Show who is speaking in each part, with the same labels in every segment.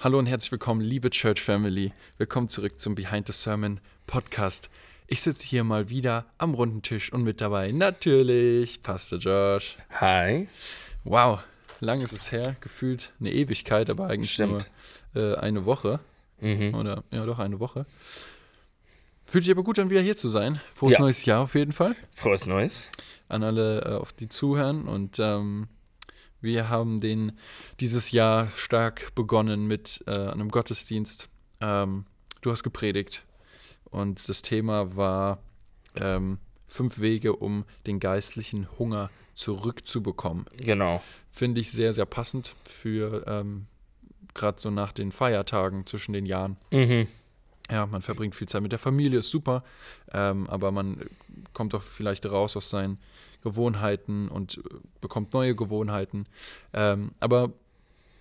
Speaker 1: Hallo und herzlich willkommen, liebe Church Family. Willkommen zurück zum Behind the Sermon Podcast. Ich sitze hier mal wieder am runden Tisch und mit dabei natürlich Pastor Josh.
Speaker 2: Hi.
Speaker 1: Wow, lang ist es her, gefühlt eine Ewigkeit, aber eigentlich
Speaker 2: Stimmt. Mhm.
Speaker 1: nur äh, eine Woche. Oder ja, doch eine Woche. Fühlt sich aber gut an, wieder hier zu sein. Frohes
Speaker 2: Ja.
Speaker 1: neues Jahr auf jeden Fall
Speaker 2: Frohes Neues.
Speaker 1: an alle, äh, auf die zuhören. Und ähm, wir haben den dieses Jahr stark begonnen mit äh, einem Gottesdienst. Ähm, du hast gepredigt und das Thema war ähm, fünf Wege, um den geistlichen Hunger zurückzubekommen.
Speaker 2: Genau.
Speaker 1: Finde ich sehr, sehr passend für ähm, gerade so nach den Feiertagen zwischen den Jahren.
Speaker 2: Mhm.
Speaker 1: Ja, man verbringt viel Zeit mit der Familie, ist super, ähm, aber man kommt auch vielleicht raus aus seinen Gewohnheiten und äh, bekommt neue Gewohnheiten. Ähm, aber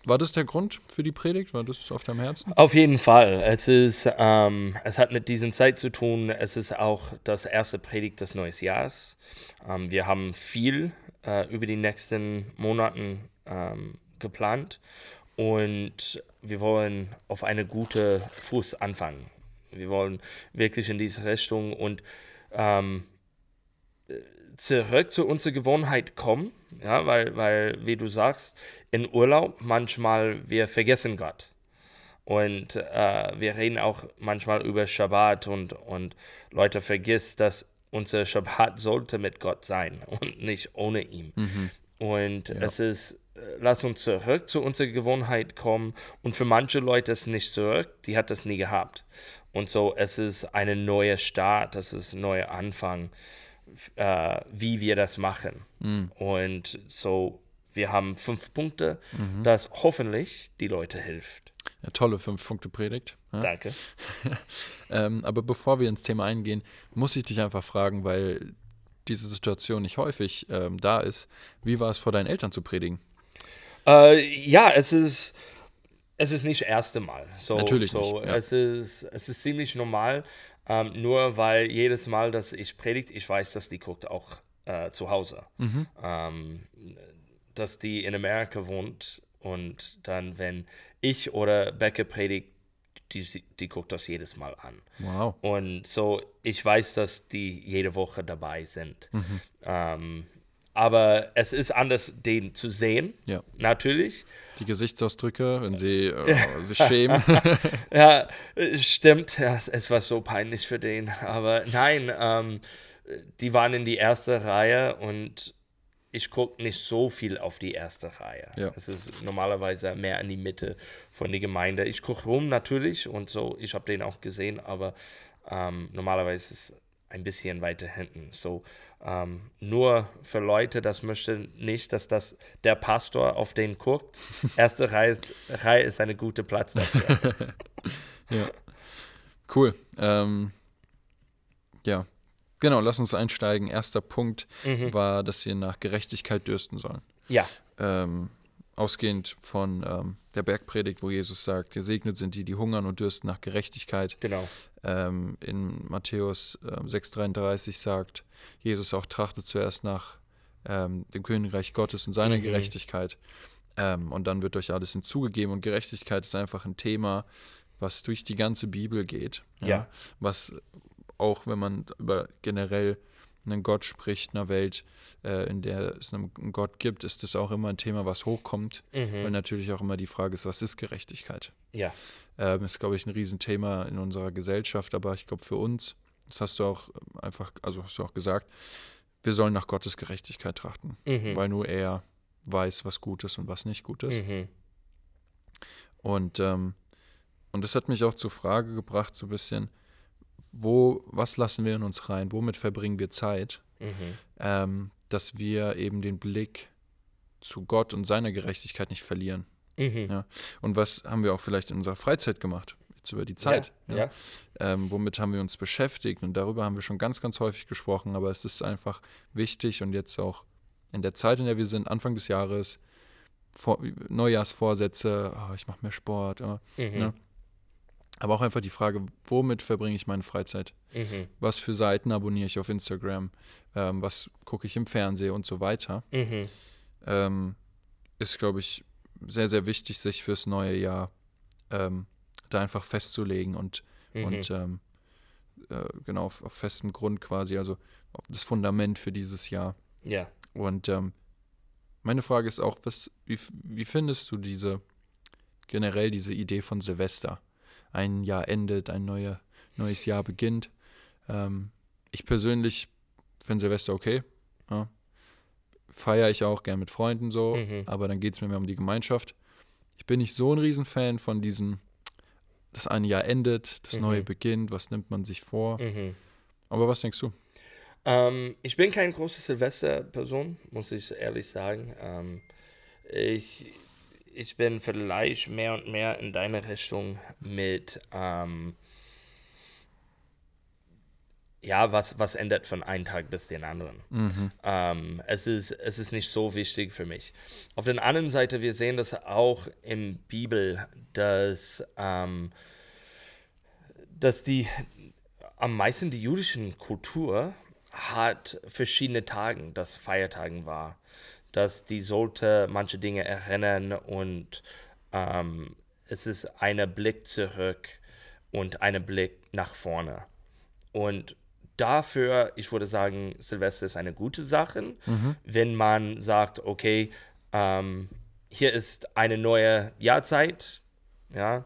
Speaker 1: war das der Grund für die Predigt? War das auf deinem Herzen?
Speaker 2: Auf jeden Fall. Es ist, ähm, es hat mit diesen Zeit zu tun. Es ist auch das erste Predigt des neuen Jahres. Ähm, wir haben viel äh, über die nächsten Monaten ähm, geplant und wir wollen auf eine gute Fuß anfangen. Wir wollen wirklich in diese Richtung und ähm, zurück zu unserer Gewohnheit kommen, ja, weil, weil, wie du sagst, in Urlaub manchmal wir vergessen Gott. Und äh, wir reden auch manchmal über Schabbat und, und Leute vergisst, dass unser Schabbat sollte mit Gott sein und nicht ohne ihm. Und es ist, äh, lass uns zurück zu unserer Gewohnheit kommen. Und für manche Leute ist nicht zurück, die hat das nie gehabt. Und so, es ist ein neuer Start, es ist ein neuer Anfang äh, wie wir das machen. Und so, wir haben fünf Punkte, das hoffentlich die Leute hilft.
Speaker 1: Ja, tolle Fünf-Punkte-Predigt. Ja.
Speaker 2: Danke.
Speaker 1: Ähm, aber bevor wir ins Thema eingehen, muss ich dich einfach fragen, weil diese Situation nicht häufig ähm, da ist. Wie war es vor deinen Eltern zu predigen?
Speaker 2: Äh, ja, es ist, es ist nicht das erste Mal. So,
Speaker 1: Natürlich
Speaker 2: so,
Speaker 1: nicht, ja.
Speaker 2: Es, ist, es ist ziemlich normal, ähm, nur weil jedes Mal, dass ich predigt, ich weiß, dass die guckt auch äh, zu Hause.
Speaker 1: Mhm.
Speaker 2: Ähm, dass die in Amerika wohnt und dann, wenn ich oder Becke predigt, die, die guckt das jedes Mal an.
Speaker 1: Wow.
Speaker 2: Und so, ich weiß, dass die jede Woche dabei sind.
Speaker 1: Mhm.
Speaker 2: Ähm, aber es ist anders, den zu sehen,
Speaker 1: Ja,
Speaker 2: natürlich.
Speaker 1: die Gesichtsausdrücke, wenn sie äh, sich schämen.
Speaker 2: Ja, es stimmt, ja, es- es war so peinlich für den. Aber nein, ähm, die waren in die erste Reihe und ich gucke nicht so viel auf die erste Reihe.
Speaker 1: Ja.
Speaker 2: Es ist normalerweise mehr in die Mitte von der Gemeinde. Ich gucke rum natürlich und so, ich habe den auch gesehen, aber ähm, normalerweise ist es ein bisschen weiter hinten. So, ähm, nur für Leute, das möchte nicht, dass das der Pastor auf den guckt. Erste Reihe, Reihe ist eine gute Platz dafür.
Speaker 1: Ja. Cool. Ähm, ja. Genau, lass uns einsteigen. Erster Punkt war, dass wir nach Gerechtigkeit dürsten sollen.
Speaker 2: Ja.
Speaker 1: Ähm, ausgehend von ähm, der Bergpredigt, wo Jesus sagt, gesegnet sind die, die hungern und dürsten nach Gerechtigkeit.
Speaker 2: Genau.
Speaker 1: Ähm, in Matthäus ähm, 6,33 sagt Jesus auch, trachtet zuerst nach ähm, dem Königreich Gottes und seiner
Speaker 2: Mhm.
Speaker 1: Gerechtigkeit. Ähm, und dann wird euch alles hinzugegeben. Und Gerechtigkeit ist einfach ein Thema, was durch die ganze Bibel geht.
Speaker 2: Ja.
Speaker 1: Was auch, wenn man über generell einen Gott spricht, einer Welt, äh, in der es einen Gott gibt, ist das auch immer ein Thema, was hochkommt.
Speaker 2: Mhm.
Speaker 1: Weil natürlich auch immer die Frage ist, was ist Gerechtigkeit?
Speaker 2: Ja.
Speaker 1: Ähm, ist, glaube ich, ein Riesenthema in unserer Gesellschaft, aber ich glaube für uns, das hast du auch ähm, einfach, also hast du auch gesagt, wir sollen nach Gottes Gerechtigkeit trachten,
Speaker 2: Mhm.
Speaker 1: weil nur er weiß, was gut ist und was nicht gut ist.
Speaker 2: Mhm.
Speaker 1: Und, ähm, und das hat mich auch zur Frage gebracht, so ein bisschen, wo, was lassen wir in uns rein, womit verbringen wir Zeit,
Speaker 2: Mhm.
Speaker 1: ähm, dass wir eben den Blick zu Gott und seiner Gerechtigkeit nicht verlieren.
Speaker 2: Mhm.
Speaker 1: Ja. Und was haben wir auch vielleicht in unserer Freizeit gemacht, jetzt über die Zeit.
Speaker 2: Ja. ja.
Speaker 1: ähm, womit haben wir uns beschäftigt und darüber haben wir schon ganz, ganz häufig gesprochen, aber es ist einfach wichtig und jetzt auch in der Zeit, in der wir sind, Anfang des Jahres, vor, Neujahrsvorsätze, ah, ich mache mehr Sport, ah,
Speaker 2: Mhm.
Speaker 1: ne? aber auch einfach die Frage, womit verbringe ich meine Freizeit?
Speaker 2: Mhm.
Speaker 1: Was für Seiten abonniere ich auf Instagram? Ähm, was gucke ich im Fernsehen und so weiter?
Speaker 2: Mhm.
Speaker 1: Ähm, ist, glaube ich, sehr, sehr wichtig, sich fürs neue Jahr ähm, da einfach festzulegen und,
Speaker 2: Mhm.
Speaker 1: und ähm, äh, genau auf, auf festem Grund quasi, also auf das Fundament für dieses Jahr.
Speaker 2: Ja.
Speaker 1: Und ähm, meine Frage ist auch, was, wie, f- wie findest du diese, generell diese Idee von Silvester? Ein Jahr endet, ein neuer, neues Jahr beginnt. Ähm, ich persönlich finde Silvester okay. Ja. Feiere ich auch gern mit Freunden so,
Speaker 2: Mhm.
Speaker 1: aber dann geht es mir mehr um die Gemeinschaft. Ich bin nicht so ein Riesenfan von diesem, das ein Jahr endet, das
Speaker 2: Mhm.
Speaker 1: neue beginnt, was nimmt man sich vor.
Speaker 2: Mhm.
Speaker 1: Aber was denkst du?
Speaker 2: Ähm, ich bin keine große Silvester-Person, muss ich ehrlich sagen. Ähm, ich, ich bin vielleicht mehr und mehr in deine Richtung mit, ähm, ja, was, was ändert von einem Tag bis den anderen.
Speaker 1: Mhm.
Speaker 2: Ähm, es, ist, es ist nicht so wichtig für mich. Auf der anderen Seite, wir sehen das auch in Bibel, dass, ähm, dass die am meisten die jüdischen Kultur hat verschiedene Tagen, dass Feiertagen war, dass die sollte manche Dinge erinnern und ähm, es ist einer Blick zurück und einer Blick nach vorne. Und dafür, ich würde sagen, Silvester ist eine gute Sache, wenn man sagt, okay, ähm, hier ist eine neue Jahrzeit, ja.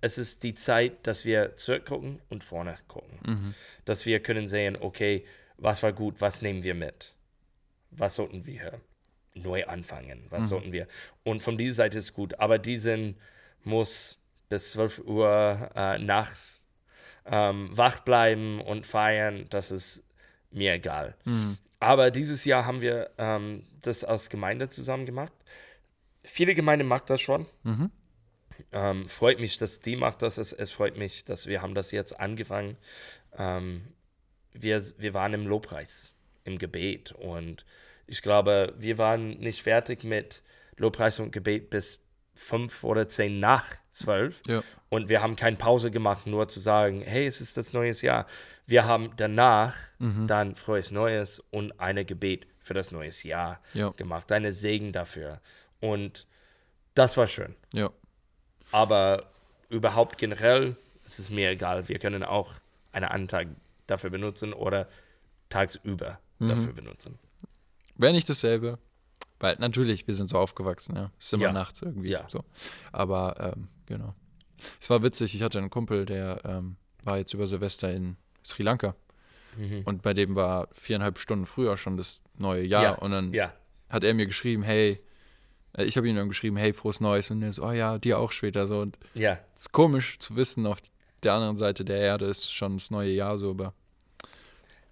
Speaker 2: Es ist die Zeit, dass wir zurückgucken und vorne gucken. Dass wir können sehen, okay, was war gut, was nehmen wir mit? Was sollten wir neu anfangen? Was sollten wir? Und von dieser Seite ist gut, aber diesen muss bis 12 Uhr äh, nachts ähm, wach bleiben und feiern, das ist mir egal.
Speaker 1: Mhm.
Speaker 2: Aber dieses Jahr haben wir ähm, das als Gemeinde zusammen gemacht. Viele Gemeinden machen das schon. Ähm, freut mich, dass die macht das. Es, es freut mich, dass wir haben das jetzt angefangen. Ähm, wir, wir waren im Lobpreis, im Gebet. Und ich glaube, wir waren nicht fertig mit Lobpreis und Gebet bis fünf oder zehn nach zwölf.
Speaker 1: Ja.
Speaker 2: Und wir haben keine Pause gemacht, nur zu sagen, hey, es ist das neues Jahr. Wir haben danach
Speaker 1: Mhm.
Speaker 2: dann frohes Neues und eine Gebet für das neues Jahr
Speaker 1: Ja.
Speaker 2: gemacht, eine Segen dafür. Und das war schön.
Speaker 1: Ja.
Speaker 2: Aber überhaupt generell es ist mir egal. Wir können auch einen anderen Tag dafür benutzen oder tagsüber
Speaker 1: Mhm.
Speaker 2: dafür benutzen.
Speaker 1: Wäre nicht dasselbe. Weil natürlich, wir sind so aufgewachsen, ja. Ist immer
Speaker 2: Ja.
Speaker 1: nachts irgendwie.
Speaker 2: Ja.
Speaker 1: So. Aber ähm, genau. Es war witzig, ich hatte einen Kumpel, der ähm, war jetzt über Silvester in Sri Lanka.
Speaker 2: Mhm.
Speaker 1: Und bei dem war viereinhalb Stunden früher schon das neue Jahr.
Speaker 2: Ja,
Speaker 1: Und dann
Speaker 2: ja.
Speaker 1: hat er mir geschrieben, hey, äh, ich habe ihm dann geschrieben, hey, frohes Neues. Und er so, oh ja, dir auch später so. Und
Speaker 2: Ja,
Speaker 1: es ist komisch zu wissen, auf der anderen Seite der Erde ist schon das neue Jahr so, aber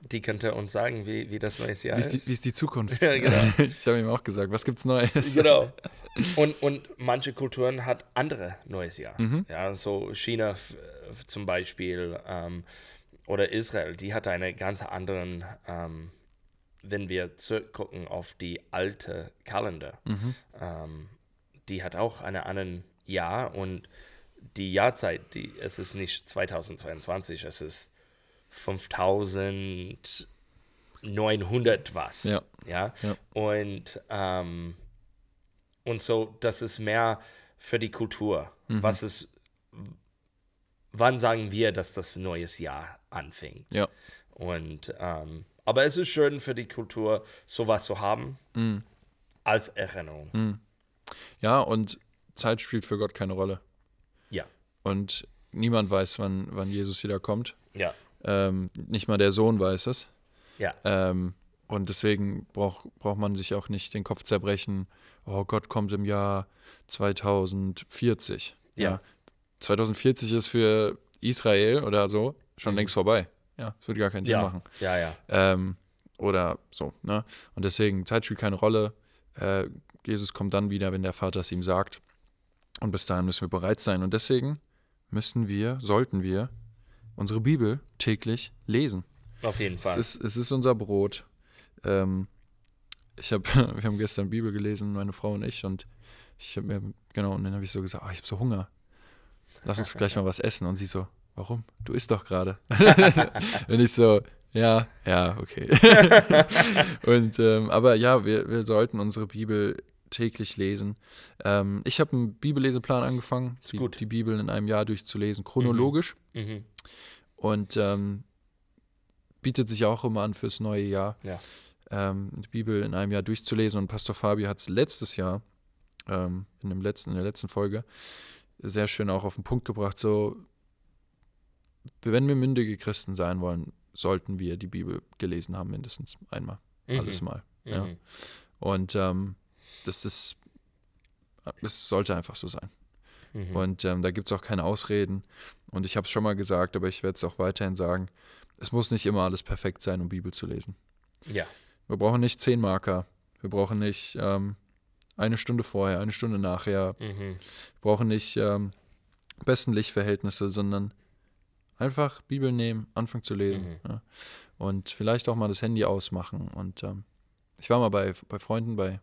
Speaker 2: die könnte uns sagen, wie, wie das neue Jahr
Speaker 1: wie ist,
Speaker 2: ist.
Speaker 1: die, wie ist die Zukunft?
Speaker 2: Ja, genau.
Speaker 1: Ich habe ihm auch gesagt, was gibt's Neues?
Speaker 2: Genau. Und, und manche Kulturen hat andere neues Jahr.
Speaker 1: Mhm.
Speaker 2: Ja, so China f- f- zum Beispiel ähm, oder Israel, die hat eine ganz anderen, ähm, wenn wir zurückgucken auf die alte Kalender,
Speaker 1: Mhm.
Speaker 2: ähm, die hat auch einen anderen Jahr und die Jahrzeit, die, es ist nicht 2022, es ist 5900 was.
Speaker 1: Ja.
Speaker 2: ja?
Speaker 1: Ja.
Speaker 2: Und ähm, und so, das ist mehr für die Kultur.
Speaker 1: Mhm.
Speaker 2: Was ist, wann sagen wir, dass das neues Jahr anfängt?
Speaker 1: Ja.
Speaker 2: Und, ähm, aber es ist schön für die Kultur, sowas zu haben,
Speaker 1: Mhm.
Speaker 2: als Erinnerung.
Speaker 1: Ja, und Zeit spielt für Gott keine Rolle.
Speaker 2: Ja,
Speaker 1: Und niemand weiß, wann, wann Jesus wiederkommt.
Speaker 2: ja,
Speaker 1: Ähm, nicht mal der Sohn weiß es.
Speaker 2: ja,
Speaker 1: Ähm, und deswegen brauch, braucht man sich auch nicht den Kopf zerbrechen. Oh, Gott kommt im Jahr 2040.
Speaker 2: Ja.
Speaker 1: 2040 ist für Israel oder so schon längst vorbei. Ja, es würde gar keinen Sinn
Speaker 2: Mhm. ja,
Speaker 1: machen.
Speaker 2: ja, ja,
Speaker 1: Ähm, oder so. Ne? Und deswegen, Zeit spielt keine Rolle. Äh, Jesus kommt dann wieder, wenn der Vater es ihm sagt. Und bis dahin müssen wir bereit sein. Und deswegen müssen wir, sollten wir unsere Bibel täglich lesen.
Speaker 2: auf jeden
Speaker 1: Es
Speaker 2: Fall.
Speaker 1: ist, es ist unser Brot. Ähm, ich hab, wir haben gestern Bibel gelesen, meine Frau und ich, und ich habe mir, genau, und dann habe ich so gesagt, ah, ich habe so Hunger. Lass uns gleich mal was essen. Und sie so, warum? Du isst doch gerade. und ich so, ja, ja, okay. und ähm, aber ja, wir, wir sollten unsere Bibel täglich lesen. Ähm, ich habe einen Bibelleseplan angefangen, die,
Speaker 2: gut.
Speaker 1: die Bibel in einem Jahr durchzulesen, chronologisch.
Speaker 2: Mhm.
Speaker 1: Und ähm, bietet sich auch immer an fürs neue Jahr,
Speaker 2: Ja.
Speaker 1: ähm, die Bibel in einem Jahr durchzulesen. Und Pastor Fabi hat es letztes Jahr, ähm, in, dem letzten, in der letzten Folge, sehr schön auch auf den Punkt gebracht. So, wenn wir mündige Christen sein wollen, sollten wir die Bibel gelesen haben, mindestens einmal,
Speaker 2: Mhm.
Speaker 1: alles mal.
Speaker 2: Mhm.
Speaker 1: Ja. Und ähm, das ist, das sollte einfach so sein.
Speaker 2: Mhm.
Speaker 1: Und ähm, da gibt es auch keine Ausreden. Und ich habe es schon mal gesagt, aber ich werde es auch weiterhin sagen. Es muss nicht immer alles perfekt sein, um Bibel zu lesen.
Speaker 2: ja.
Speaker 1: Wir brauchen nicht zehn Marker. Wir brauchen nicht ähm, eine Stunde vorher, eine Stunde nachher.
Speaker 2: Mhm.
Speaker 1: Wir brauchen nicht ähm, besten Lichtverhältnisse, sondern einfach Bibel nehmen, anfangen zu lesen. Ja. Und vielleicht auch mal das Handy ausmachen. Und ähm, ich war mal bei, bei Freunden, bei,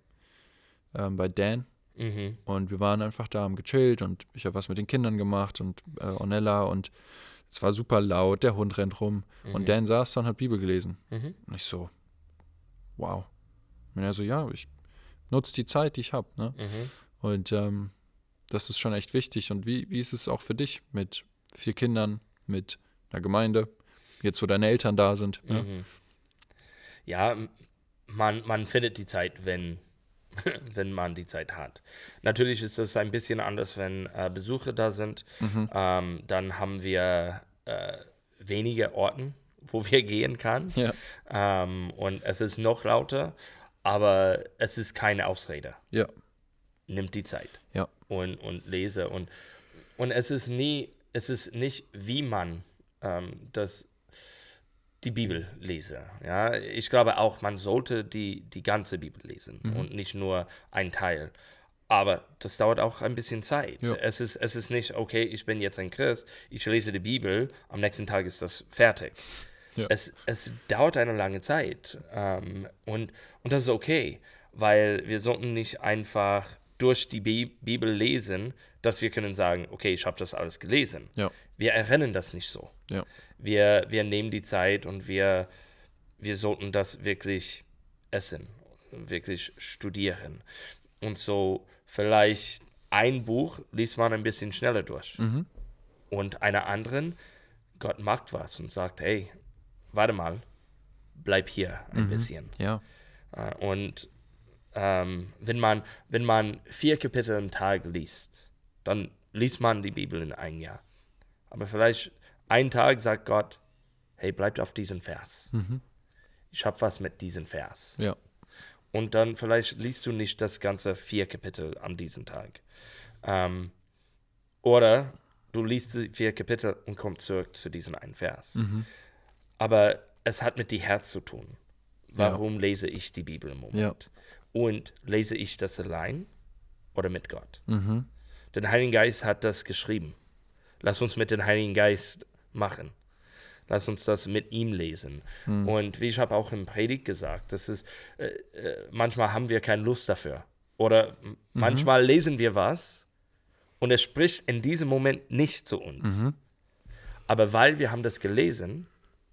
Speaker 1: ähm, bei Dan.
Speaker 2: Mhm.
Speaker 1: Und wir waren einfach da, haben gechillt und ich habe was mit den Kindern gemacht und äh, Ornella und es war super laut, der Hund rennt rum. Und Dan saß da und hat Bibel gelesen.
Speaker 2: Mhm.
Speaker 1: Und ich so, wow. Und er so, ja, ich nutze die Zeit, die ich habe. Ne?
Speaker 2: Mhm.
Speaker 1: Und ähm, das ist schon echt wichtig. Und wie, wie ist es auch für dich mit vier Kindern, mit einer Gemeinde, jetzt wo deine Eltern da sind? Ne?
Speaker 2: Mhm. Ja, m- man, man findet die Zeit, wenn, wenn man die Zeit hat. Natürlich ist das ein bisschen anders, wenn äh, Besucher da sind.
Speaker 1: Mhm.
Speaker 2: Ähm, dann haben wir äh, weniger Orten, wo wir gehen kann.
Speaker 1: Ja,
Speaker 2: Ähm, und es ist noch lauter, aber es ist keine Ausrede.
Speaker 1: ja,
Speaker 2: Nimmt die Zeit
Speaker 1: ja,
Speaker 2: und, und lese. Und, und es ist nie, es ist nicht, wie man ähm, das, die Bibel lese. Ja? Ich glaube auch, man sollte die, die ganze Bibel lesen
Speaker 1: Mhm.
Speaker 2: und nicht nur ein Teil. Aber das dauert auch ein bisschen Zeit.
Speaker 1: Ja.
Speaker 2: Es, ist, es ist nicht, okay, ich bin jetzt ein Christ, ich lese die Bibel, am nächsten Tag ist das fertig.
Speaker 1: Ja.
Speaker 2: Es, es dauert eine lange Zeit. Ähm, und, und das ist okay, weil wir sollten nicht einfach durch die Bi Bibel lesen, dass wir können sagen, okay, ich habe das alles gelesen.
Speaker 1: ja,
Speaker 2: Wir erinnern das nicht so.
Speaker 1: ja,
Speaker 2: Wir, wir nehmen die Zeit und wir, wir sollten das wirklich essen, wirklich studieren. Und so vielleicht ein Buch liest man ein bisschen schneller durch. Und einer anderen, Gott macht was und sagt, hey, warte mal, bleib hier ein bisschen.
Speaker 1: ja,
Speaker 2: Äh, Und ähm, wenn, man, wenn man vier Kapitel am Tag liest, dann liest man die Bibel in einem Jahr. Aber vielleicht einen Tag sagt Gott, hey, bleibt auf diesen Vers. Ich habe was mit diesem Vers.
Speaker 1: ja,
Speaker 2: Und dann vielleicht liest du nicht das ganze vier Kapitel an diesem Tag. Ähm, oder du liest die vier Kapitel und kommst zurück zu diesem einen Vers. Aber es hat mit dem Herz zu tun. Warum lese ich die Bibel im Moment? Und lese ich das allein oder mit Gott? Der Heilige Geist hat das geschrieben. Lass uns mit dem Heiligen Geist machen. Lass uns das mit ihm lesen. Und wie ich habe auch im Predigt gesagt, das ist, äh, äh, manchmal haben wir keine Lust dafür. Oder m- manchmal lesen wir was und es spricht in diesem Moment nicht zu uns. Aber weil wir haben das gelesen,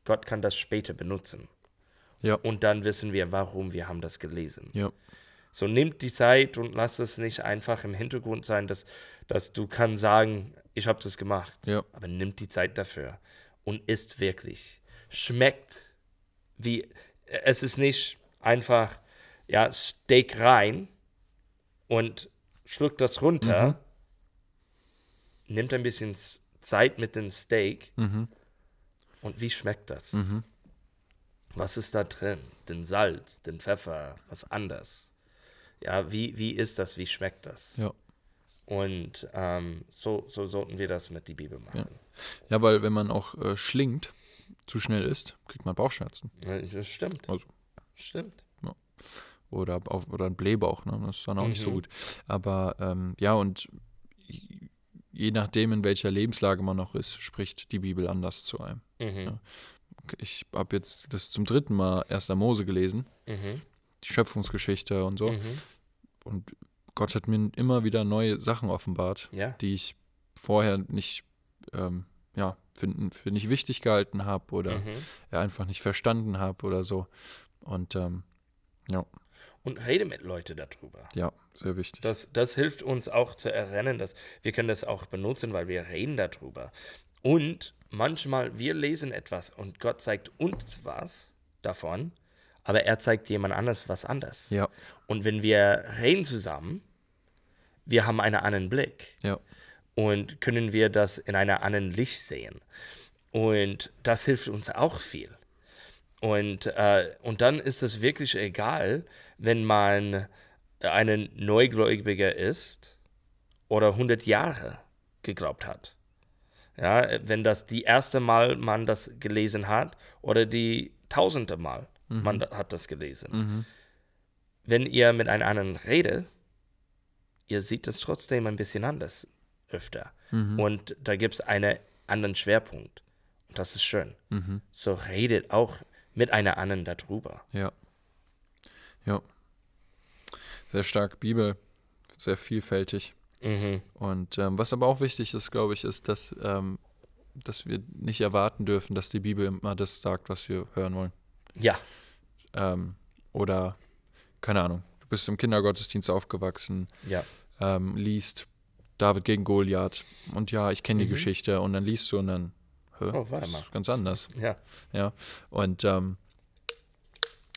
Speaker 2: Gott kann das später benutzen.
Speaker 1: ja,
Speaker 2: Und dann wissen wir, warum wir haben das gelesen.
Speaker 1: ja,
Speaker 2: So nimmt die Zeit und lass es nicht einfach im Hintergrund sein, dass, dass du kannst sagen, ich habe das gemacht.
Speaker 1: Ja.
Speaker 2: Aber nimmt die Zeit dafür und isst wirklich. Schmeckt wie, es ist nicht einfach, ja, Steak rein und schluckt das runter. Nimmt ein bisschen S- Zeit mit dem Steak. Und wie schmeckt das? Was ist da drin? Den Salz, den Pfeffer, was anders? Ja, wie, wie ist das? Wie schmeckt das?
Speaker 1: ja.
Speaker 2: Und ähm, so, so sollten wir das mit die Bibel machen.
Speaker 1: Ja, weil wenn man auch äh, schlingt, zu schnell isst, kriegt man Bauchschmerzen.
Speaker 2: Ja, Das stimmt,
Speaker 1: Also,
Speaker 2: stimmt.
Speaker 1: oder, auf, oder ein Blähbauch, ne? Das ist dann auch nicht so gut. Aber ähm, ja, und j- je nachdem, in welcher Lebenslage man noch ist, spricht die Bibel anders zu einem.
Speaker 2: Mhm.
Speaker 1: Ich habe jetzt das zum dritten Mal 1. Mose gelesen,
Speaker 2: Mhm.
Speaker 1: die Schöpfungsgeschichte und so.
Speaker 2: Mhm.
Speaker 1: Und Gott hat mir immer wieder neue Sachen offenbart,
Speaker 2: Ja.
Speaker 1: die ich vorher nicht, ähm, ja, für, für nicht wichtig gehalten habe oder
Speaker 2: Mhm.
Speaker 1: ja, einfach nicht verstanden habe oder so. Und ähm, ja,
Speaker 2: und rede mit Leuten darüber.
Speaker 1: Ja, sehr wichtig.
Speaker 2: Das, das hilft uns auch zu erinnern, dass wir können das auch benutzen, weil wir reden darüber. Und manchmal, wir lesen etwas und Gott zeigt uns was davon, aber er zeigt jemand anders was anders.
Speaker 1: ja,
Speaker 2: Und wenn wir reden zusammen, wir haben einen anderen Blick
Speaker 1: ja,
Speaker 2: und können wir das in einer anderen Licht sehen. Und das hilft uns auch viel. Und, äh, und dann ist es wirklich egal, wenn man ein Neugläubiger ist oder 100 Jahre geglaubt hat. Ja, wenn das die erste Mal man das gelesen hat oder die tausendte Mal man da- hat das gelesen. Wenn ihr mit einem anderen redet, ihr seht es trotzdem ein bisschen anders öfter.
Speaker 1: Mhm.
Speaker 2: Und da gibt es einen anderen Schwerpunkt. Und das ist schön.
Speaker 1: Mhm.
Speaker 2: So redet auch mit einer anderen darüber.
Speaker 1: ja. Ja. Sehr stark Bibel, sehr vielfältig.
Speaker 2: Mhm.
Speaker 1: Und ähm, was aber auch wichtig ist, glaube ich, ist, dass, ähm, dass wir nicht erwarten dürfen, dass die Bibel immer das sagt, was wir hören wollen.
Speaker 2: Ja,
Speaker 1: Ähm, oder, keine Ahnung, du bist im Kindergottesdienst aufgewachsen,
Speaker 2: ja,
Speaker 1: ähm, liest David gegen Goliath und ja, ich kenne die Geschichte und dann liest du und dann, hä,
Speaker 2: Mhm. Oh, warte
Speaker 1: das
Speaker 2: mal.
Speaker 1: ist ganz anders.
Speaker 2: ja,
Speaker 1: Ja, und ähm,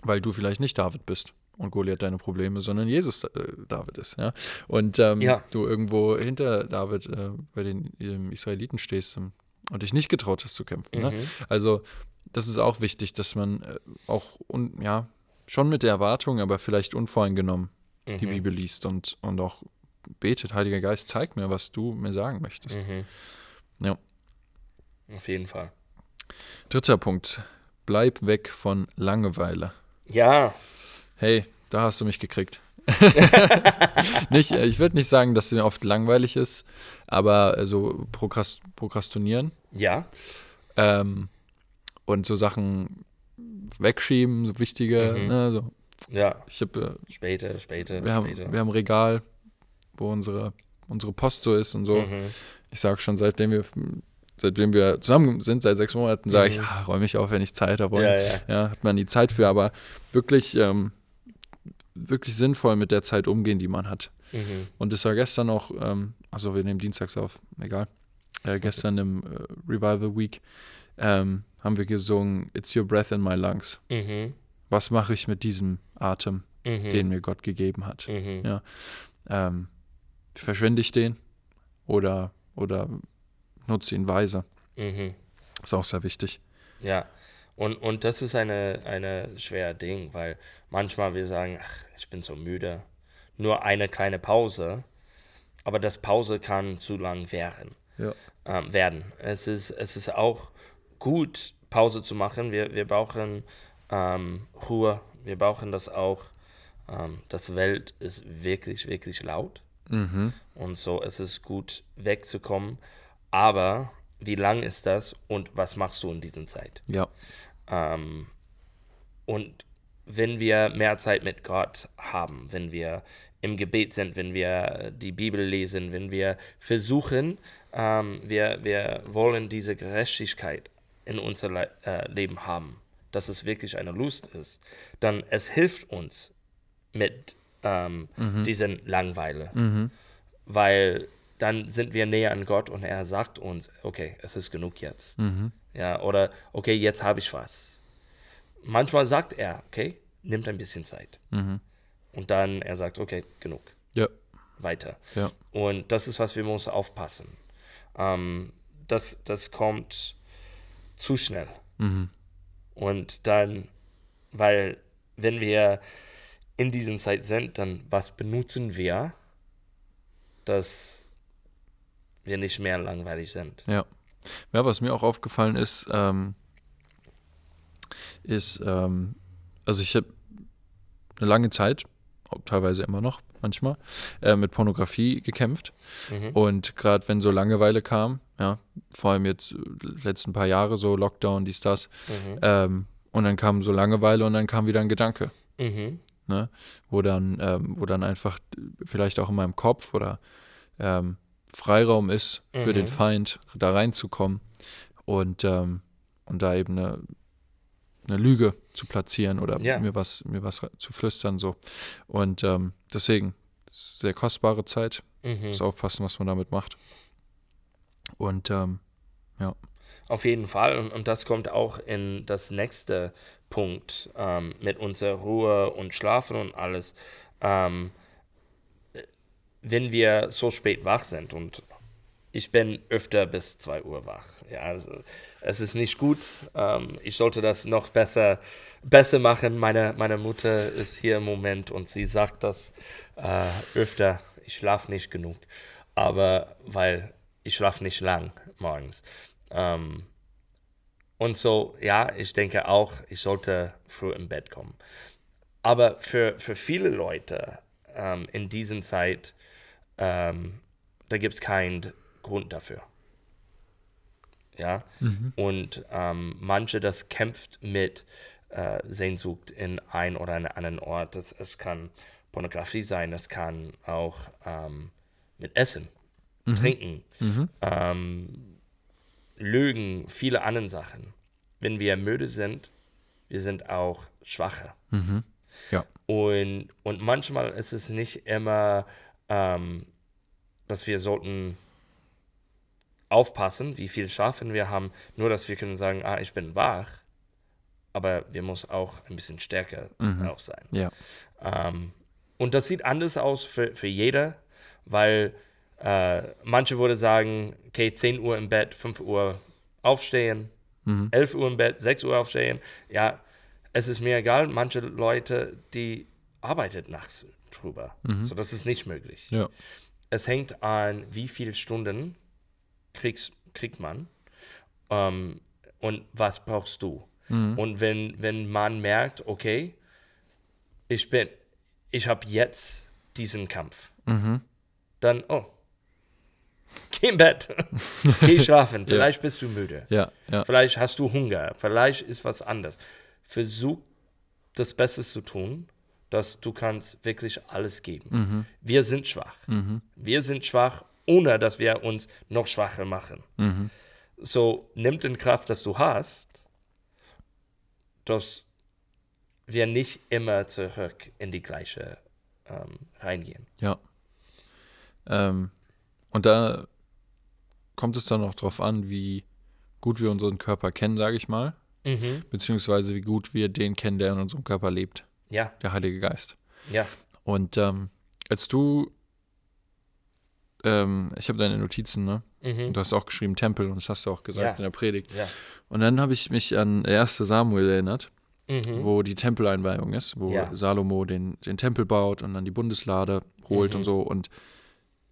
Speaker 1: weil du vielleicht nicht David bist und Goliath deine Probleme, sondern Jesus äh, David ist, ja. Und ähm,
Speaker 2: Ja.
Speaker 1: du irgendwo hinter David äh, bei den ähm, Israeliten stehst ähm, und dich nicht getraut hast zu kämpfen. Ne? Also das ist auch wichtig, dass man äh, auch un, ja schon mit der Erwartung, aber vielleicht unvoreingenommen die Bibel liest und, und auch betet, Heiliger Geist, zeig mir, was du mir sagen möchtest.
Speaker 2: Mhm.
Speaker 1: Ja.
Speaker 2: auf jeden Fall.
Speaker 1: Dritter Punkt. Bleib weg von Langeweile.
Speaker 2: Ja,
Speaker 1: Hey, da hast du mich gekriegt. nicht, äh, ich würde nicht sagen, dass es mir oft langweilig ist, aber äh, so Prokrast prokrastinieren
Speaker 2: ja,
Speaker 1: ähm, und so Sachen wegschieben, so wichtige. Ne, so.
Speaker 2: ja.
Speaker 1: Ich hab, äh,
Speaker 2: Später, später,
Speaker 1: wir, haben,
Speaker 2: später.
Speaker 1: wir haben ein Regal, wo unsere, unsere Post so ist und so.
Speaker 2: Mhm.
Speaker 1: Ich sage schon, seitdem wir, seitdem wir zusammen sind, seit sechs Monaten, sage ich, ah, räume mich auf, wenn ich Zeit habe. Und,
Speaker 2: Mhm. Ja, ja.
Speaker 1: hat man die Zeit für, aber wirklich, ähm, wirklich sinnvoll mit der Zeit umgehen, die man hat.
Speaker 2: Mhm.
Speaker 1: Und es war gestern auch, ähm, also wir nehmen dienstags auf, egal. Äh, gestern im äh, Revival Week ähm, haben wir gesungen It's Your Breath in My Lungs.
Speaker 2: Mhm,
Speaker 1: Was mache ich mit diesem Atem, den mir Gott gegeben hat?
Speaker 2: mhm.
Speaker 1: Ja. Ähm, verschwende ich den oder, oder nutze ihn weise?
Speaker 2: Mhm.
Speaker 1: Ist auch sehr wichtig.
Speaker 2: Ja, und, und das ist eine, eine schwere Ding, weil manchmal wir sagen, ach, ich bin so müde, nur eine kleine Pause, aber das Pause kann zu lang währen.
Speaker 1: Ja.
Speaker 2: Ähm, werden. Es ist, es ist auch gut, Pause zu machen. Wir, wir brauchen ähm, Ruhe, wir brauchen das auch. Ähm, das Welt ist wirklich, wirklich laut.
Speaker 1: Mhm.
Speaker 2: Und so es ist gut, wegzukommen. Aber wie lang ist das und was machst du in dieser Zeit?
Speaker 1: Ja.
Speaker 2: Ähm, und wenn wir mehr Zeit mit Gott haben, wenn wir im Gebet sind, wenn wir die Bibel lesen, wenn wir versuchen, ähm, wir, wir wollen diese Gerechtigkeit in unser Le äh, Leben haben, dass es wirklich eine Lust ist, dann es hilft uns mit ähm, diesen Langweile, weil dann sind wir näher an Gott und er sagt uns, okay, es ist genug jetzt. Ja, oder okay, jetzt habe ich was. Manchmal sagt er, okay, nimmt ein bisschen Zeit. Und dann er sagt, okay, genug,
Speaker 1: Ja.
Speaker 2: weiter.
Speaker 1: Ja.
Speaker 2: Und das ist, was wir muss aufpassen. Ähm, das, das kommt zu schnell.
Speaker 1: Mhm.
Speaker 2: Und dann, weil wenn wir in diesen Zeit sind, dann was benutzen wir, dass wir nicht mehr langweilig sind?
Speaker 1: Ja. Ja, was mir auch aufgefallen ist, ähm, ist, ähm, also ich habe eine lange Zeit, auch teilweise immer noch, manchmal, äh, mit Pornografie gekämpft. Und gerade wenn so Langeweile kam, ja, vor allem jetzt äh, letzten paar Jahre, so Lockdown, dies, das, ähm, und dann kam so Langeweile und dann kam wieder ein Gedanke
Speaker 2: Mhm.
Speaker 1: ne? wo dann, ähm, wo dann einfach vielleicht auch in meinem Kopf oder ähm, Freiraum ist für
Speaker 2: Mhm.
Speaker 1: den Feind, da reinzukommen und, ähm, und da eben eine, eine Lüge zu platzieren oder
Speaker 2: Ja.
Speaker 1: mir was, mir was zu flüstern. So. Und ähm, deswegen, sehr kostbare Zeit.
Speaker 2: Mhm.
Speaker 1: Muss aufpassen, was man damit macht. Und ähm, ja.
Speaker 2: Auf jeden Fall. Und, und das kommt auch in das nächste Punkt ähm, mit unserer Ruhe und Schlafen und alles. Ähm, äh, wenn wir so spät wach sind und ich bin öfter bis 2 Uhr wach. Ja, also es ist nicht gut. Ähm, ich sollte das noch besser, besser machen. Meine, meine Mutter ist hier im Moment und sie sagt das äh, öfter. Ich schlafe nicht genug. Aber weil ich schlafe nicht lang morgens. Ähm, und so, ja, ich denke auch, ich sollte früh im Bett kommen. Aber für, für viele Leute ähm, in diesen Zeit, ähm, da gibt es keinen Grund dafür. Ja. Und ähm, manche, das kämpft mit äh, Sehnsucht in ein oder einen anderen Ort. Das, es kann Pornografie sein, das kann auch ähm, mit Essen, Trinken, ähm, Lügen, viele andere Sachen. Wenn wir müde sind, wir sind auch schwache.
Speaker 1: Ja.
Speaker 2: Und, und manchmal ist es nicht immer, ähm, dass wir sollten aufpassen, wie viel Schafen wir haben, nur dass wir können sagen, ah, ich bin wach, aber wir muss auch ein bisschen stärker auch sein.
Speaker 1: Ja.
Speaker 2: Ähm, und das sieht anders aus für, für jeder, weil äh, manche würde sagen, okay, 10 Uhr im Bett, 5 Uhr aufstehen, 11 Uhr im Bett, 6 Uhr aufstehen. Ja, es ist mir egal, manche Leute, die arbeitet nachts drüber. So, das ist nicht möglich.
Speaker 1: Ja.
Speaker 2: Es hängt an, wie viele Stunden kriegst, kriegt man ähm, und was brauchst du. Und wenn, wenn man merkt, okay, ich bin, ich habe jetzt diesen Kampf, dann, oh, geh im Bett, geh schlafen, vielleicht bist du müde,
Speaker 1: Ja. Ja.
Speaker 2: vielleicht hast du Hunger, vielleicht ist was anderes. Versuch das Beste zu tun, dass du kannst wirklich alles geben. Wir sind schwach. Wir sind schwach, ohne dass wir uns noch schwacher machen. So nimm den Kraft, dass du hast, dass wir nicht immer zurück in die gleiche ähm, reingehen.
Speaker 1: Ja. Ähm, und da kommt es dann auch drauf an, wie gut wir unseren Körper kennen, sage ich mal,
Speaker 2: Mhm.
Speaker 1: beziehungsweise wie gut wir den kennen, der in unserem Körper lebt,
Speaker 2: Ja,
Speaker 1: der Heilige Geist.
Speaker 2: ja.
Speaker 1: Und ähm, als du, ähm, ich habe deine Notizen, ne?
Speaker 2: Mhm.
Speaker 1: Und du hast auch geschrieben Tempel und das hast du auch gesagt
Speaker 2: Ja.
Speaker 1: in der Predigt.
Speaker 2: Ja.
Speaker 1: Und dann habe ich mich an 1. Samuel erinnert,
Speaker 2: Mhm.
Speaker 1: wo die Tempeleinweihung ist, wo
Speaker 2: Ja.
Speaker 1: Salomo den, den Tempel baut und dann die Bundeslade holt
Speaker 2: Mhm.
Speaker 1: und so. Und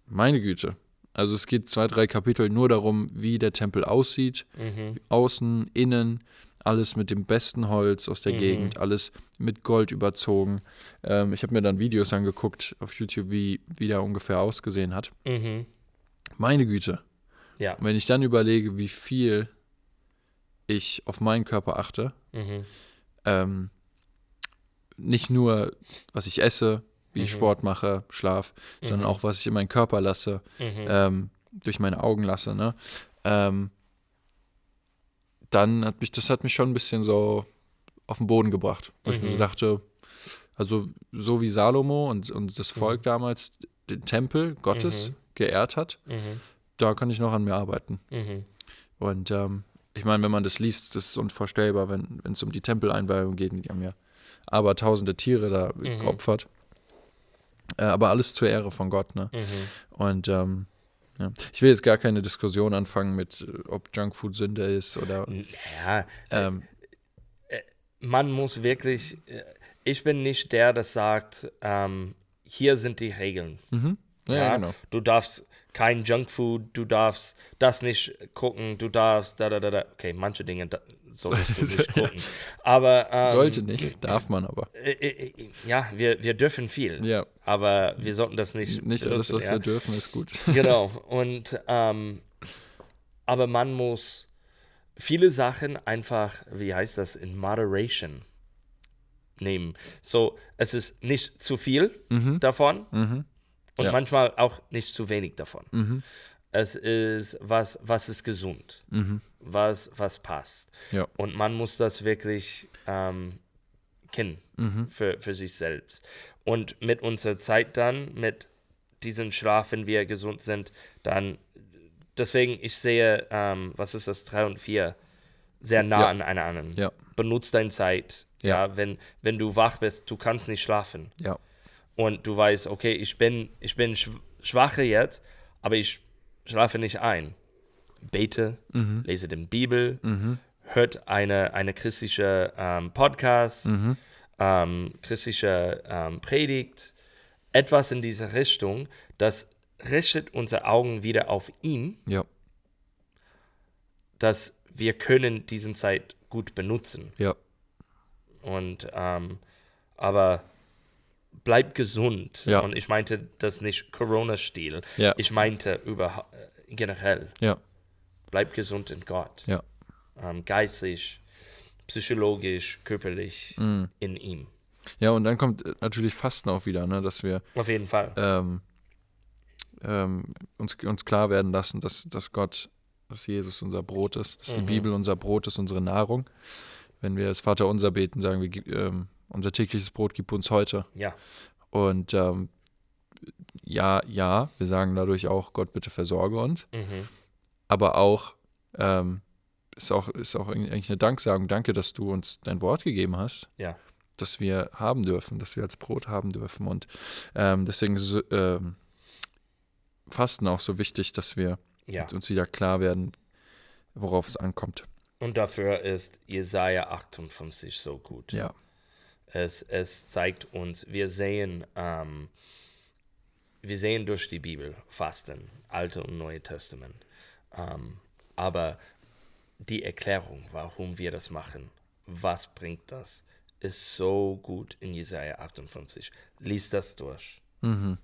Speaker 1: meine Güte. Also es geht zwei, drei Kapitel nur darum, wie der Tempel aussieht.
Speaker 2: Mhm.
Speaker 1: Außen, innen, alles mit dem besten Holz aus der
Speaker 2: Mhm.
Speaker 1: Gegend, alles mit Gold überzogen. Ähm, ich habe mir dann Videos angeguckt auf YouTube, wie, wie der ungefähr ausgesehen hat.
Speaker 2: Mhm.
Speaker 1: Meine Güte.
Speaker 2: Ja.
Speaker 1: Und wenn ich dann überlege, wie viel ich auf meinen Körper achte,
Speaker 2: Mhm.
Speaker 1: ähm, nicht nur, was ich esse, wie ich Sport mache, Schlaf, sondern auch, was ich in meinen Körper lasse,
Speaker 2: Mhm.
Speaker 1: ähm, durch meine Augen lasse, ne? Ähm, dann hat mich, das hat mich schon ein bisschen so auf den Boden gebracht, wo ich mir so dachte, also so wie Salomo und, und das Volk damals den Tempel Gottes geehrt hat,
Speaker 2: Mhm.
Speaker 1: da kann ich noch an mir arbeiten.
Speaker 2: Mhm.
Speaker 1: Und ähm, ich meine, wenn man das liest, das ist unvorstellbar, wenn wenn es um die Tempeleinweihung geht. Die haben ja aber tausende Tiere da
Speaker 2: Mhm.
Speaker 1: geopfert. Äh, aber alles zur Ehre von Gott, ne?
Speaker 2: Mhm.
Speaker 1: Und ähm, ja. ich will jetzt gar keine Diskussion anfangen mit, äh, ob Junkfood Sünde ist oder.
Speaker 2: Äh, Ja,
Speaker 1: Ähm,
Speaker 2: man muss wirklich, äh, ich bin nicht der, das sagt, ähm, hier sind die Regeln.
Speaker 1: ja,
Speaker 2: Ja,
Speaker 1: genau.
Speaker 2: Du darfst kein Junkfood, du darfst das nicht gucken, du darfst da, da, da, da. Okay, manche Dinge da, solltest du nicht gucken. Aber ähm,
Speaker 1: Sollte nicht, darf man aber.
Speaker 2: äh, äh, äh, ja, wir, wir dürfen viel.
Speaker 1: Ja.
Speaker 2: Aber wir sollten das nicht.
Speaker 1: Nicht alles,
Speaker 2: benutzen,
Speaker 1: was
Speaker 2: ja.
Speaker 1: wir dürfen, ist gut.
Speaker 2: Genau. Und ähm, aber man muss viele Sachen einfach, wie heißt das, in moderation nehmen. So, es ist nicht zu viel davon und
Speaker 1: Ja.
Speaker 2: manchmal auch nicht zu wenig davon. es ist, was, was ist gesund, was, was passt.
Speaker 1: Ja.
Speaker 2: Und man muss das wirklich ähm, kennen
Speaker 1: Mhm.
Speaker 2: für, für sich selbst. Und mit unserer Zeit dann, mit diesen Schlaf, wenn wir gesund sind, dann, deswegen, ich sehe, ähm, was ist das, 3 und 4, sehr nah
Speaker 1: Ja.
Speaker 2: aneinander. an anderen.
Speaker 1: Ja.
Speaker 2: Benutzt deine Zeit.
Speaker 1: Ja.
Speaker 2: Ja. wenn, wenn du wach bist, du kannst nicht schlafen.
Speaker 1: Ja.
Speaker 2: Und du weißt, okay, ich bin, ich bin schw- schwache jetzt, aber ich schlafe nicht ein. Bete, lese den Bibel, hört eine, eine christliche ähm, Podcast, ähm, christliche ähm, Predigt, etwas in diese Richtung, das richtet unsere Augen wieder auf ihn,
Speaker 1: Ja.
Speaker 2: dass wir können diesen Zeit gut benutzen.
Speaker 1: Ja.
Speaker 2: Und ähm, aber bleibt gesund.
Speaker 1: Ja.
Speaker 2: Und ich meinte das nicht Corona-Stil.
Speaker 1: Ja.
Speaker 2: Ich meinte überhaupt äh, generell,
Speaker 1: Ja.
Speaker 2: bleibt gesund in Gott.
Speaker 1: Ja.
Speaker 2: Ähm, geistig, psychologisch, körperlich
Speaker 1: Mm.
Speaker 2: in ihm.
Speaker 1: Ja, und dann kommt äh, natürlich Fasten auch wieder, ne, dass wir
Speaker 2: Auf jeden Fall.
Speaker 1: ähm, ähm, uns, uns klar werden lassen, dass, dass Gott, dass Jesus unser Brot ist, dass die Bibel unser Brot ist, unsere Nahrung. Wenn wir das Vaterunser beten, sagen wir, gib- ähm, unser tägliches Brot gib uns heute.
Speaker 2: Ja.
Speaker 1: Und ähm, ja, ja, wir sagen dadurch auch, Gott, bitte versorge uns.
Speaker 2: Mhm.
Speaker 1: Aber auch, ähm, ist auch, ist auch eigentlich eine Danksagung. Danke, dass du uns dein Wort gegeben hast
Speaker 2: Ja.
Speaker 1: das wir haben dürfen, das wir als Brot haben dürfen. Und ähm, deswegen ist so, ähm, Fasten auch so wichtig, dass wir
Speaker 2: Ja.
Speaker 1: uns wieder klar werden, worauf es ankommt.
Speaker 2: Und dafür ist Jesaja 58 so gut.
Speaker 1: Ja,
Speaker 2: Es, es zeigt uns, wir sehen, ähm, wir sehen durch die Bibel Fasten, Alte und Neue Testament. Ähm, aber die Erklärung, warum wir das machen, was bringt das, ist so gut in Jesaja 58. Lies das durch.
Speaker 1: Mhm.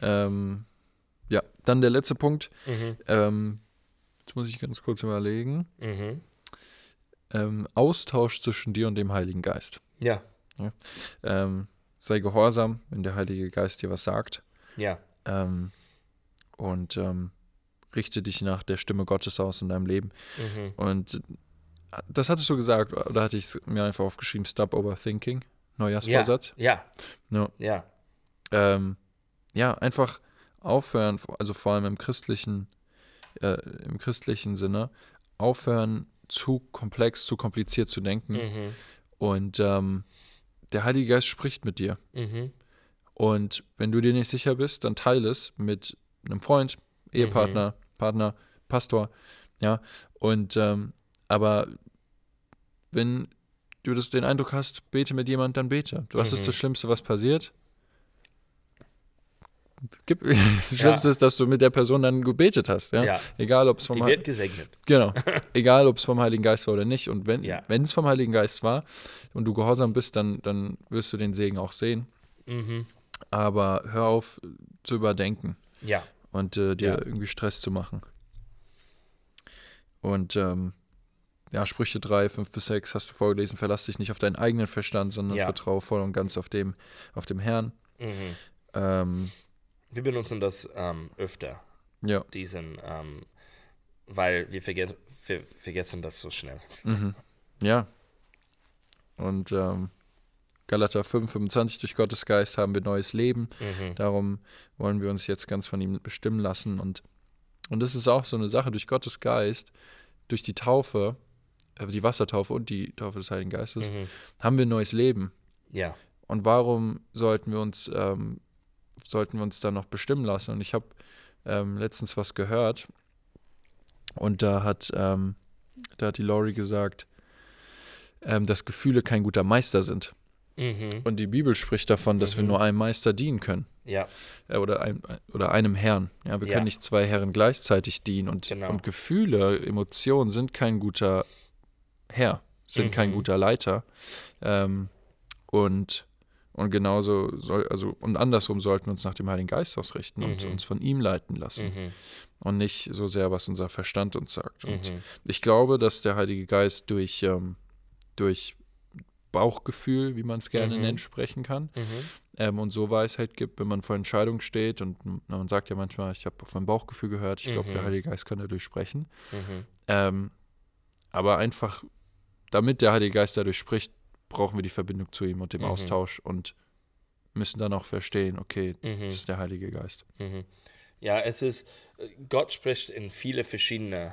Speaker 1: ähm, ja dann der letzte Punkt. Ähm, jetzt muss ich ganz kurz überlegen. Ähm, Austausch zwischen dir und dem Heiligen Geist.
Speaker 2: Ja,
Speaker 1: Ja? Ähm, sei gehorsam, wenn der Heilige Geist dir was sagt.
Speaker 2: ja,
Speaker 1: ähm, und ähm, richte dich nach der Stimme Gottes aus in deinem Leben. Und das hattest du gesagt, oder hatte ich es mir einfach aufgeschrieben, Stop Overthinking,
Speaker 2: ja,
Speaker 1: Neujahrsvorsatz.
Speaker 2: ja,
Speaker 1: Ja.
Speaker 2: ja,
Speaker 1: Ja, ähm, ja einfach aufhören, also vor allem im christlichen, äh, im christlichen Sinne, aufhören, zu komplex, zu kompliziert zu denken.
Speaker 2: Mhm.
Speaker 1: Und ähm, der Heilige Geist spricht mit dir.
Speaker 2: mhm.
Speaker 1: Und wenn du dir nicht sicher bist, dann teile es mit einem Freund, Ehepartner,
Speaker 2: Mhm.
Speaker 1: Partner, Pastor, ja. Und ähm, aber wenn du das, den Eindruck hast, bete mit jemand, dann bete. Was
Speaker 2: Mhm.
Speaker 1: ist das Schlimmste, was passiert? Gib- Das Schlimmste ist, dass du mit der Person dann gebetet hast, ja.
Speaker 2: Ja.
Speaker 1: Egal, ob es vom
Speaker 2: die
Speaker 1: Hei-
Speaker 2: wird gesegnet.
Speaker 1: Genau. Egal, ob es vom Heiligen Geist war oder nicht. Und wenn
Speaker 2: Ja.
Speaker 1: wenn es vom Heiligen Geist war und du gehorsam bist, dann, dann wirst du den Segen auch sehen. Aber hör auf äh, zu überdenken
Speaker 2: Ja,
Speaker 1: und äh, dir
Speaker 2: Ja.
Speaker 1: irgendwie Stress zu machen. Und ähm, ja, Sprüche 3, 5 bis 6 hast du vorgelesen, verlass dich nicht auf deinen eigenen Verstand, sondern
Speaker 2: Ja.
Speaker 1: vertraue voll und ganz auf dem, auf dem Herrn. Ähm,
Speaker 2: wir benutzen das ähm, öfter.
Speaker 1: ja,
Speaker 2: diesen, ähm, weil wir, verge wir vergessen das so schnell.
Speaker 1: mhm. Ja. Und ähm, Galater 5, 25, durch Gottes Geist haben wir neues Leben. Darum wollen wir uns jetzt ganz von ihm bestimmen lassen. Und, und das ist auch so eine Sache, durch Gottes Geist, durch die Taufe, äh, die Wassertaufe und die Taufe des Heiligen Geistes, haben wir neues Leben.
Speaker 2: Mhm. Ja,
Speaker 1: Und warum sollten wir uns, ähm, sollten wir uns da noch bestimmen lassen? Und ich habe ähm, letztens was gehört und da hat, ähm, da hat die Lori gesagt, ähm, dass Gefühle kein guter Meister sind.
Speaker 2: mhm.
Speaker 1: Und die Bibel spricht davon, dass wir nur einem Meister dienen können
Speaker 2: ja,
Speaker 1: äh, oder, ein, oder einem Herrn. Ja, wir
Speaker 2: Ja.
Speaker 1: können nicht zwei Herren gleichzeitig dienen. Und,
Speaker 2: Genau.
Speaker 1: und Gefühle, Emotionen sind kein guter Herr, sind kein
Speaker 2: Mhm.
Speaker 1: guter Leiter. Ähm, und, und genauso soll, also, und andersrum sollten wir uns nach dem Heiligen Geist ausrichten und
Speaker 2: Mhm.
Speaker 1: uns von ihm leiten lassen. Und nicht so sehr, was unser Verstand
Speaker 2: Mhm.
Speaker 1: uns sagt. Und ich glaube, dass der Heilige Geist durch, ähm, durch Bauchgefühl, wie man es gerne
Speaker 2: Mhm.
Speaker 1: nennt, sprechen kann. Ähm, und so Weisheit gibt, wenn man vor Entscheidungen steht. Und na, man sagt ja manchmal, ich habe auf mein Bauchgefühl gehört, ich glaube, der Heilige Geist kann dadurch sprechen.
Speaker 2: Mhm.
Speaker 1: Ähm, aber einfach, damit der Heilige Geist dadurch spricht, brauchen wir die Verbindung zu ihm und dem
Speaker 2: Mhm.
Speaker 1: Austausch und müssen dann auch verstehen, okay, das ist der Heilige Geist.
Speaker 2: Mhm. Ja, es ist, Gott spricht in viele verschiedene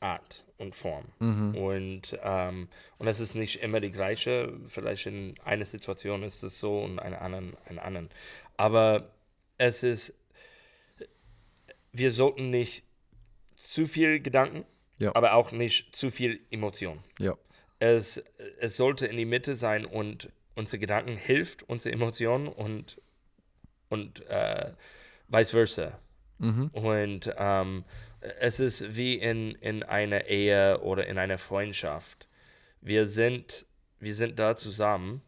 Speaker 2: Art und Form. Und, ähm, und es ist nicht immer die gleiche. Vielleicht in einer Situation ist es so und in einer anderen, in einer anderen. Aber es ist, wir sollten nicht zu viel Gedanken,
Speaker 1: Ja.
Speaker 2: aber auch nicht zu viel Emotion.
Speaker 1: Ja.
Speaker 2: Es, es sollte in die Mitte sein und unsere Gedanken hilft, unsere Emotionen und, und äh, vice versa.
Speaker 1: Mhm.
Speaker 2: Und ähm, es ist wie in, in einer Ehe oder in einer Freundschaft. Wir sind, wir sind da zusammen,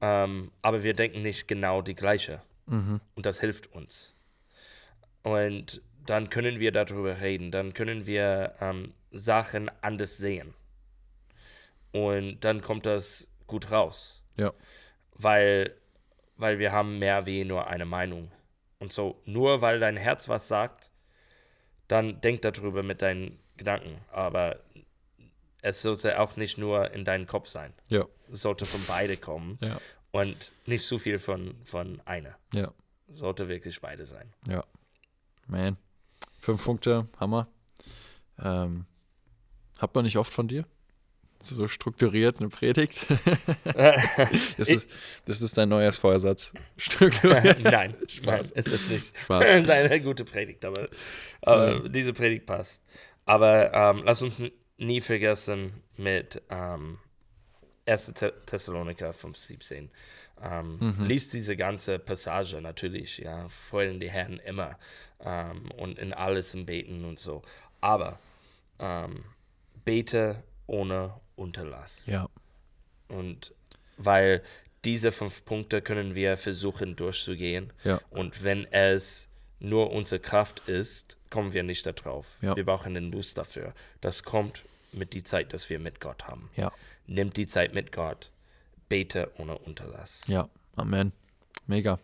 Speaker 2: ähm, aber wir denken nicht genau die gleiche.
Speaker 1: Mhm.
Speaker 2: Und das hilft uns. Und dann können wir darüber reden, dann können wir ähm, Sachen anders sehen. Und dann kommt das gut raus,
Speaker 1: Ja.
Speaker 2: weil, weil wir haben mehr wie nur eine Meinung. Und so, nur weil dein Herz was sagt, dann denk darüber mit deinen Gedanken. Aber es sollte auch nicht nur in deinem Kopf sein.
Speaker 1: Ja.
Speaker 2: Es sollte von beide kommen
Speaker 1: Ja.
Speaker 2: und nicht zu viel von, von einer.
Speaker 1: Ja.
Speaker 2: Sollte wirklich beide sein.
Speaker 1: Ja. Man. Fünf Punkte, Hammer. Ähm, hat man nicht oft von dir? So strukturiert eine Predigt. das, ist, das ist dein Neujahrsvorsatz. Strukturiert.
Speaker 2: nein, nein,
Speaker 1: Spaß.
Speaker 2: es ist nicht
Speaker 1: Spaß.
Speaker 2: eine gute Predigt, aber, aber diese Predigt passt. Aber ähm, lass uns n- nie vergessen mit ähm, 1. Thess- Thessaloniker 5,17. Ähm,
Speaker 1: Mhm.
Speaker 2: Lies diese ganze Passage natürlich, ja, freuen die Herren immer ähm, und in alles im Beten und so. Aber ähm, bete ohne Unterlass.
Speaker 1: Ja.
Speaker 2: Und weil diese fünf Punkte können wir versuchen durchzugehen.
Speaker 1: Ja.
Speaker 2: Und wenn es nur unsere Kraft ist, kommen wir nicht darauf.
Speaker 1: Ja.
Speaker 2: Wir brauchen den Lust dafür. Das kommt mit der Zeit, dass wir mit Gott haben.
Speaker 1: Ja.
Speaker 2: Nimmt die Zeit mit Gott. Bete ohne Unterlass.
Speaker 1: Ja. Amen. Mega.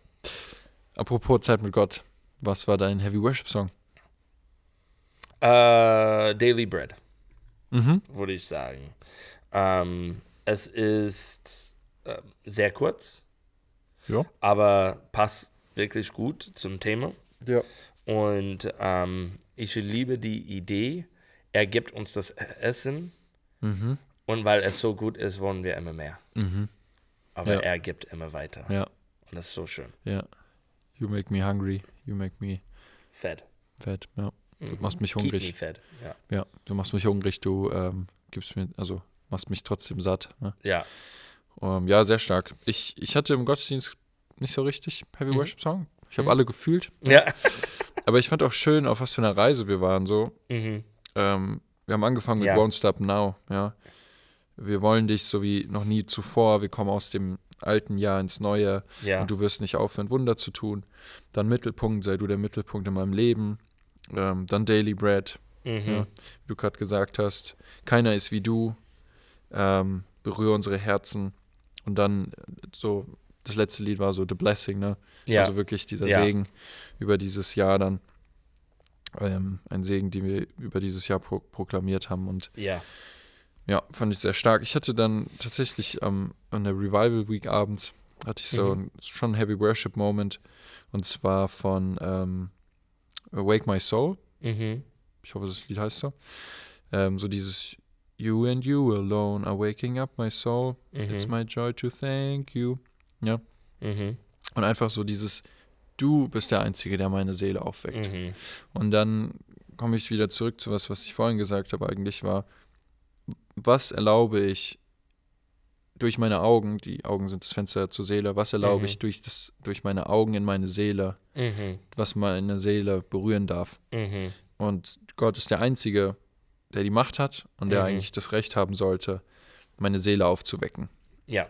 Speaker 1: Apropos Zeit mit Gott. Was war dein Heavy Worship Song?
Speaker 2: Äh, Daily Bread,
Speaker 1: Mhm.
Speaker 2: würde ich sagen. Ähm, es ist äh, sehr kurz,
Speaker 1: Ja.
Speaker 2: aber passt wirklich gut zum Thema.
Speaker 1: Ja.
Speaker 2: Und ähm, ich liebe die Idee, er gibt uns das Essen
Speaker 1: Mhm.
Speaker 2: und weil es so gut ist, wollen wir immer mehr.
Speaker 1: Mhm.
Speaker 2: Aber
Speaker 1: Ja.
Speaker 2: er gibt immer weiter.
Speaker 1: Ja.
Speaker 2: Und das ist so schön.
Speaker 1: Ja. You make me hungry. You make me
Speaker 2: Fett.
Speaker 1: fat. Ja. Du
Speaker 2: Mhm.
Speaker 1: machst mich
Speaker 2: Keep me
Speaker 1: hungrig.
Speaker 2: fed. Ja.
Speaker 1: Ja, du machst mich hungrig, du ähm, gibst mir, also machst mich trotzdem satt. Ne?
Speaker 2: ja.
Speaker 1: Ähm, ja, sehr stark. Ich, ich hatte im Gottesdienst nicht so richtig Heavy
Speaker 2: Mhm.
Speaker 1: Worship Song. Ich habe
Speaker 2: Mhm.
Speaker 1: alle gefühlt.
Speaker 2: Ja.
Speaker 1: Aber ich fand auch schön, auf was für einer Reise wir waren. So,
Speaker 2: Mhm.
Speaker 1: ähm, wir haben angefangen mit
Speaker 2: Ja.
Speaker 1: Won't Stop Now. Ja, wir wollen dich so wie noch nie zuvor. Wir kommen aus dem alten Jahr ins neue
Speaker 2: Ja.
Speaker 1: und du wirst nicht aufhören, Wunder zu tun. Dann Mittelpunkt, sei du der Mittelpunkt in meinem Leben. Ähm, dann Daily Bread.
Speaker 2: mhm.
Speaker 1: Ja, wie du gerade gesagt hast, keiner ist wie du, ähm, berühre unsere Herzen. Und dann äh, so, das letzte Lied war so The Blessing, ne?
Speaker 2: ja.
Speaker 1: Also wirklich dieser
Speaker 2: Ja.
Speaker 1: Segen über dieses Jahr dann. Ähm, ein Segen, den wir über dieses Jahr pro proklamiert haben. Und
Speaker 2: ja.
Speaker 1: ja, fand ich sehr stark. Ich hatte dann tatsächlich ähm, an der Revival Week abends, hatte ich
Speaker 2: Mhm.
Speaker 1: so ein, schon einen Heavy Worship Moment. Und zwar von ähm, Wake My Soul
Speaker 2: Mhm.
Speaker 1: ich hoffe, das Lied heißt so. Ähm, so dieses You and you alone are waking up my soul.
Speaker 2: Mhm.
Speaker 1: It's my joy to thank you.
Speaker 2: Mhm.
Speaker 1: Und einfach so dieses Du bist der Einzige, der meine Seele aufweckt.
Speaker 2: Mhm.
Speaker 1: Und dann komme ich wieder zurück zu was, was ich vorhin gesagt habe, eigentlich war, was erlaube ich durch meine Augen, die Augen sind das Fenster zur Seele, was erlaube
Speaker 2: Mhm.
Speaker 1: ich durch, das, durch meine Augen in meine Seele,
Speaker 2: Mhm.
Speaker 1: was meine Seele berühren darf.
Speaker 2: Mhm.
Speaker 1: Und Gott ist der Einzige, der die Macht hat und der
Speaker 2: Mhm.
Speaker 1: eigentlich das Recht haben sollte, meine Seele aufzuwecken.
Speaker 2: Ja.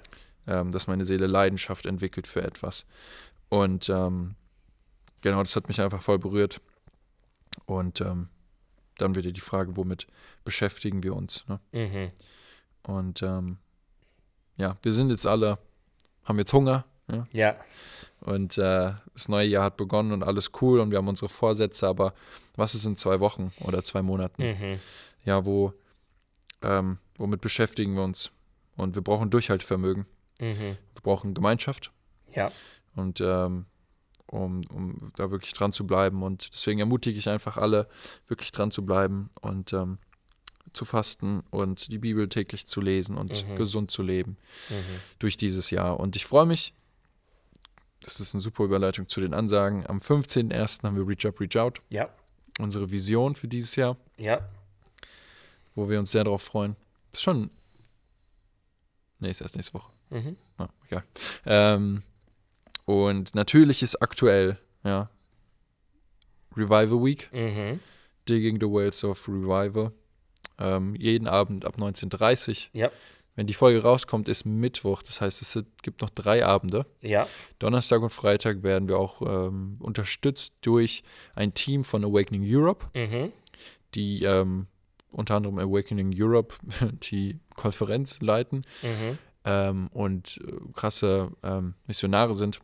Speaker 1: Ähm, dass meine Seele Leidenschaft entwickelt für etwas. Und ähm, genau, das hat mich einfach voll berührt. Und ähm, dann wieder die Frage, womit beschäftigen wir uns? Ne?
Speaker 2: Mhm.
Speaker 1: Und ähm, ja, wir sind jetzt alle, haben jetzt Hunger. Ja?
Speaker 2: Ja,
Speaker 1: Und äh, das neue Jahr hat begonnen und alles cool und wir haben unsere Vorsätze, aber was ist in zwei Wochen oder zwei Monaten?
Speaker 2: mhm.
Speaker 1: Ja, wo, ähm, womit beschäftigen wir uns? Und wir brauchen Durchhaltevermögen.
Speaker 2: Mhm.
Speaker 1: Wir brauchen Gemeinschaft.
Speaker 2: ja,
Speaker 1: und ähm, um, um da wirklich dran zu bleiben. Und deswegen ermutige ich einfach alle, wirklich dran zu bleiben und ähm, zu fasten und die Bibel täglich zu lesen und gesund zu leben
Speaker 2: Mhm.
Speaker 1: durch dieses Jahr. Und ich freue mich, das ist eine super Überleitung zu den Ansagen. Am 15.01. haben wir Reach Up, Reach Out,
Speaker 2: ja,
Speaker 1: unsere Vision für dieses Jahr,
Speaker 2: ja.
Speaker 1: wo wir uns sehr darauf freuen. Das ist schon. Nee, ist erst nächste Woche.
Speaker 2: Mhm.
Speaker 1: Ah, egal. Ähm, und natürlich ist aktuell, ja, Revival Week,
Speaker 2: Mhm.
Speaker 1: Digging the Wells of Revival. Ähm, jeden Abend ab 19.30 Uhr.
Speaker 2: Ja,
Speaker 1: Wenn die Folge rauskommt, ist Mittwoch. Das heißt, es sind- gibt noch drei Abende.
Speaker 2: ja,
Speaker 1: Donnerstag und Freitag werden wir auch ähm, unterstützt durch ein Team von Awakening Europe,
Speaker 2: mhm.
Speaker 1: die ähm, unter anderem Awakening Europe die Konferenz leiten
Speaker 2: Mhm.
Speaker 1: ähm, und äh, krasse ähm, Missionare sind,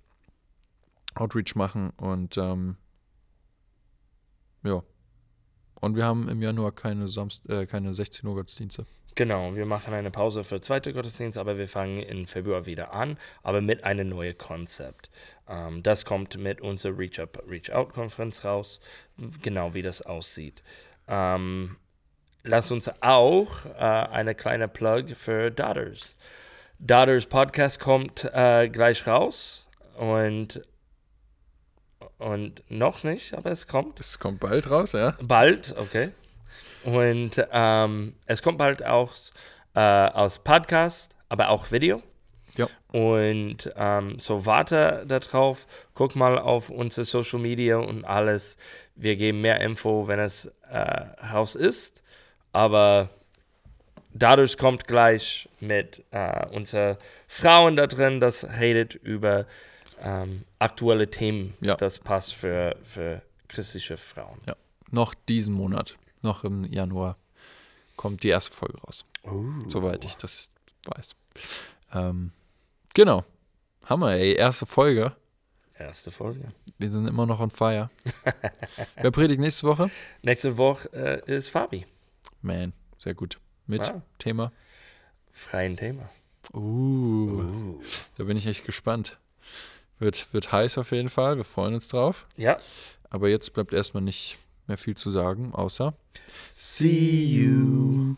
Speaker 1: Outreach machen und ähm, ja. Und wir haben im Januar keine, Samst äh, keine 16 Uhr Gottesdienste.
Speaker 2: Genau, wir machen eine Pause für zweite Gottesdienst, aber wir fangen im Februar wieder an, aber mit einem neuen Konzept. Ähm, das kommt mit unserer Reach Up, Reach Out Konferenz raus, genau wie das aussieht. Ähm, lass uns auch äh, eine kleine Plug für Daughters. Daughters Podcast kommt äh, gleich raus und, und noch nicht, aber es kommt.
Speaker 1: Das kommt bald raus, ja.
Speaker 2: Bald, okay. Und ähm, es kommt bald auch äh, aus Podcast, aber auch Video.
Speaker 1: Ja.
Speaker 2: Und ähm, so warte darauf, guck mal auf unsere Social Media und alles. Wir geben mehr Info, wenn es äh, raus ist. Aber dadurch kommt gleich mit äh, unserer Frauen da drin, das redet über ähm, aktuelle Themen.
Speaker 1: Ja.
Speaker 2: Das passt für, für christliche Frauen.
Speaker 1: ja. Noch diesen Monat, noch im Januar, kommt die erste Folge raus. Soweit ich das weiß. Ähm, genau. Hammer, ey. Erste Folge.
Speaker 2: Erste Folge.
Speaker 1: Wir sind immer noch on fire. Wer predigt nächste Woche?
Speaker 2: Nächste Woche äh, ist Fabi.
Speaker 1: Man, sehr gut. Mit
Speaker 2: Ah.
Speaker 1: Thema.
Speaker 2: Freien Thema.
Speaker 1: Uh, da bin ich echt gespannt. Wird, wird heiß auf jeden Fall, wir freuen uns drauf.
Speaker 2: Ja.
Speaker 1: Aber jetzt bleibt erstmal nicht mehr viel zu sagen, außer
Speaker 2: See you.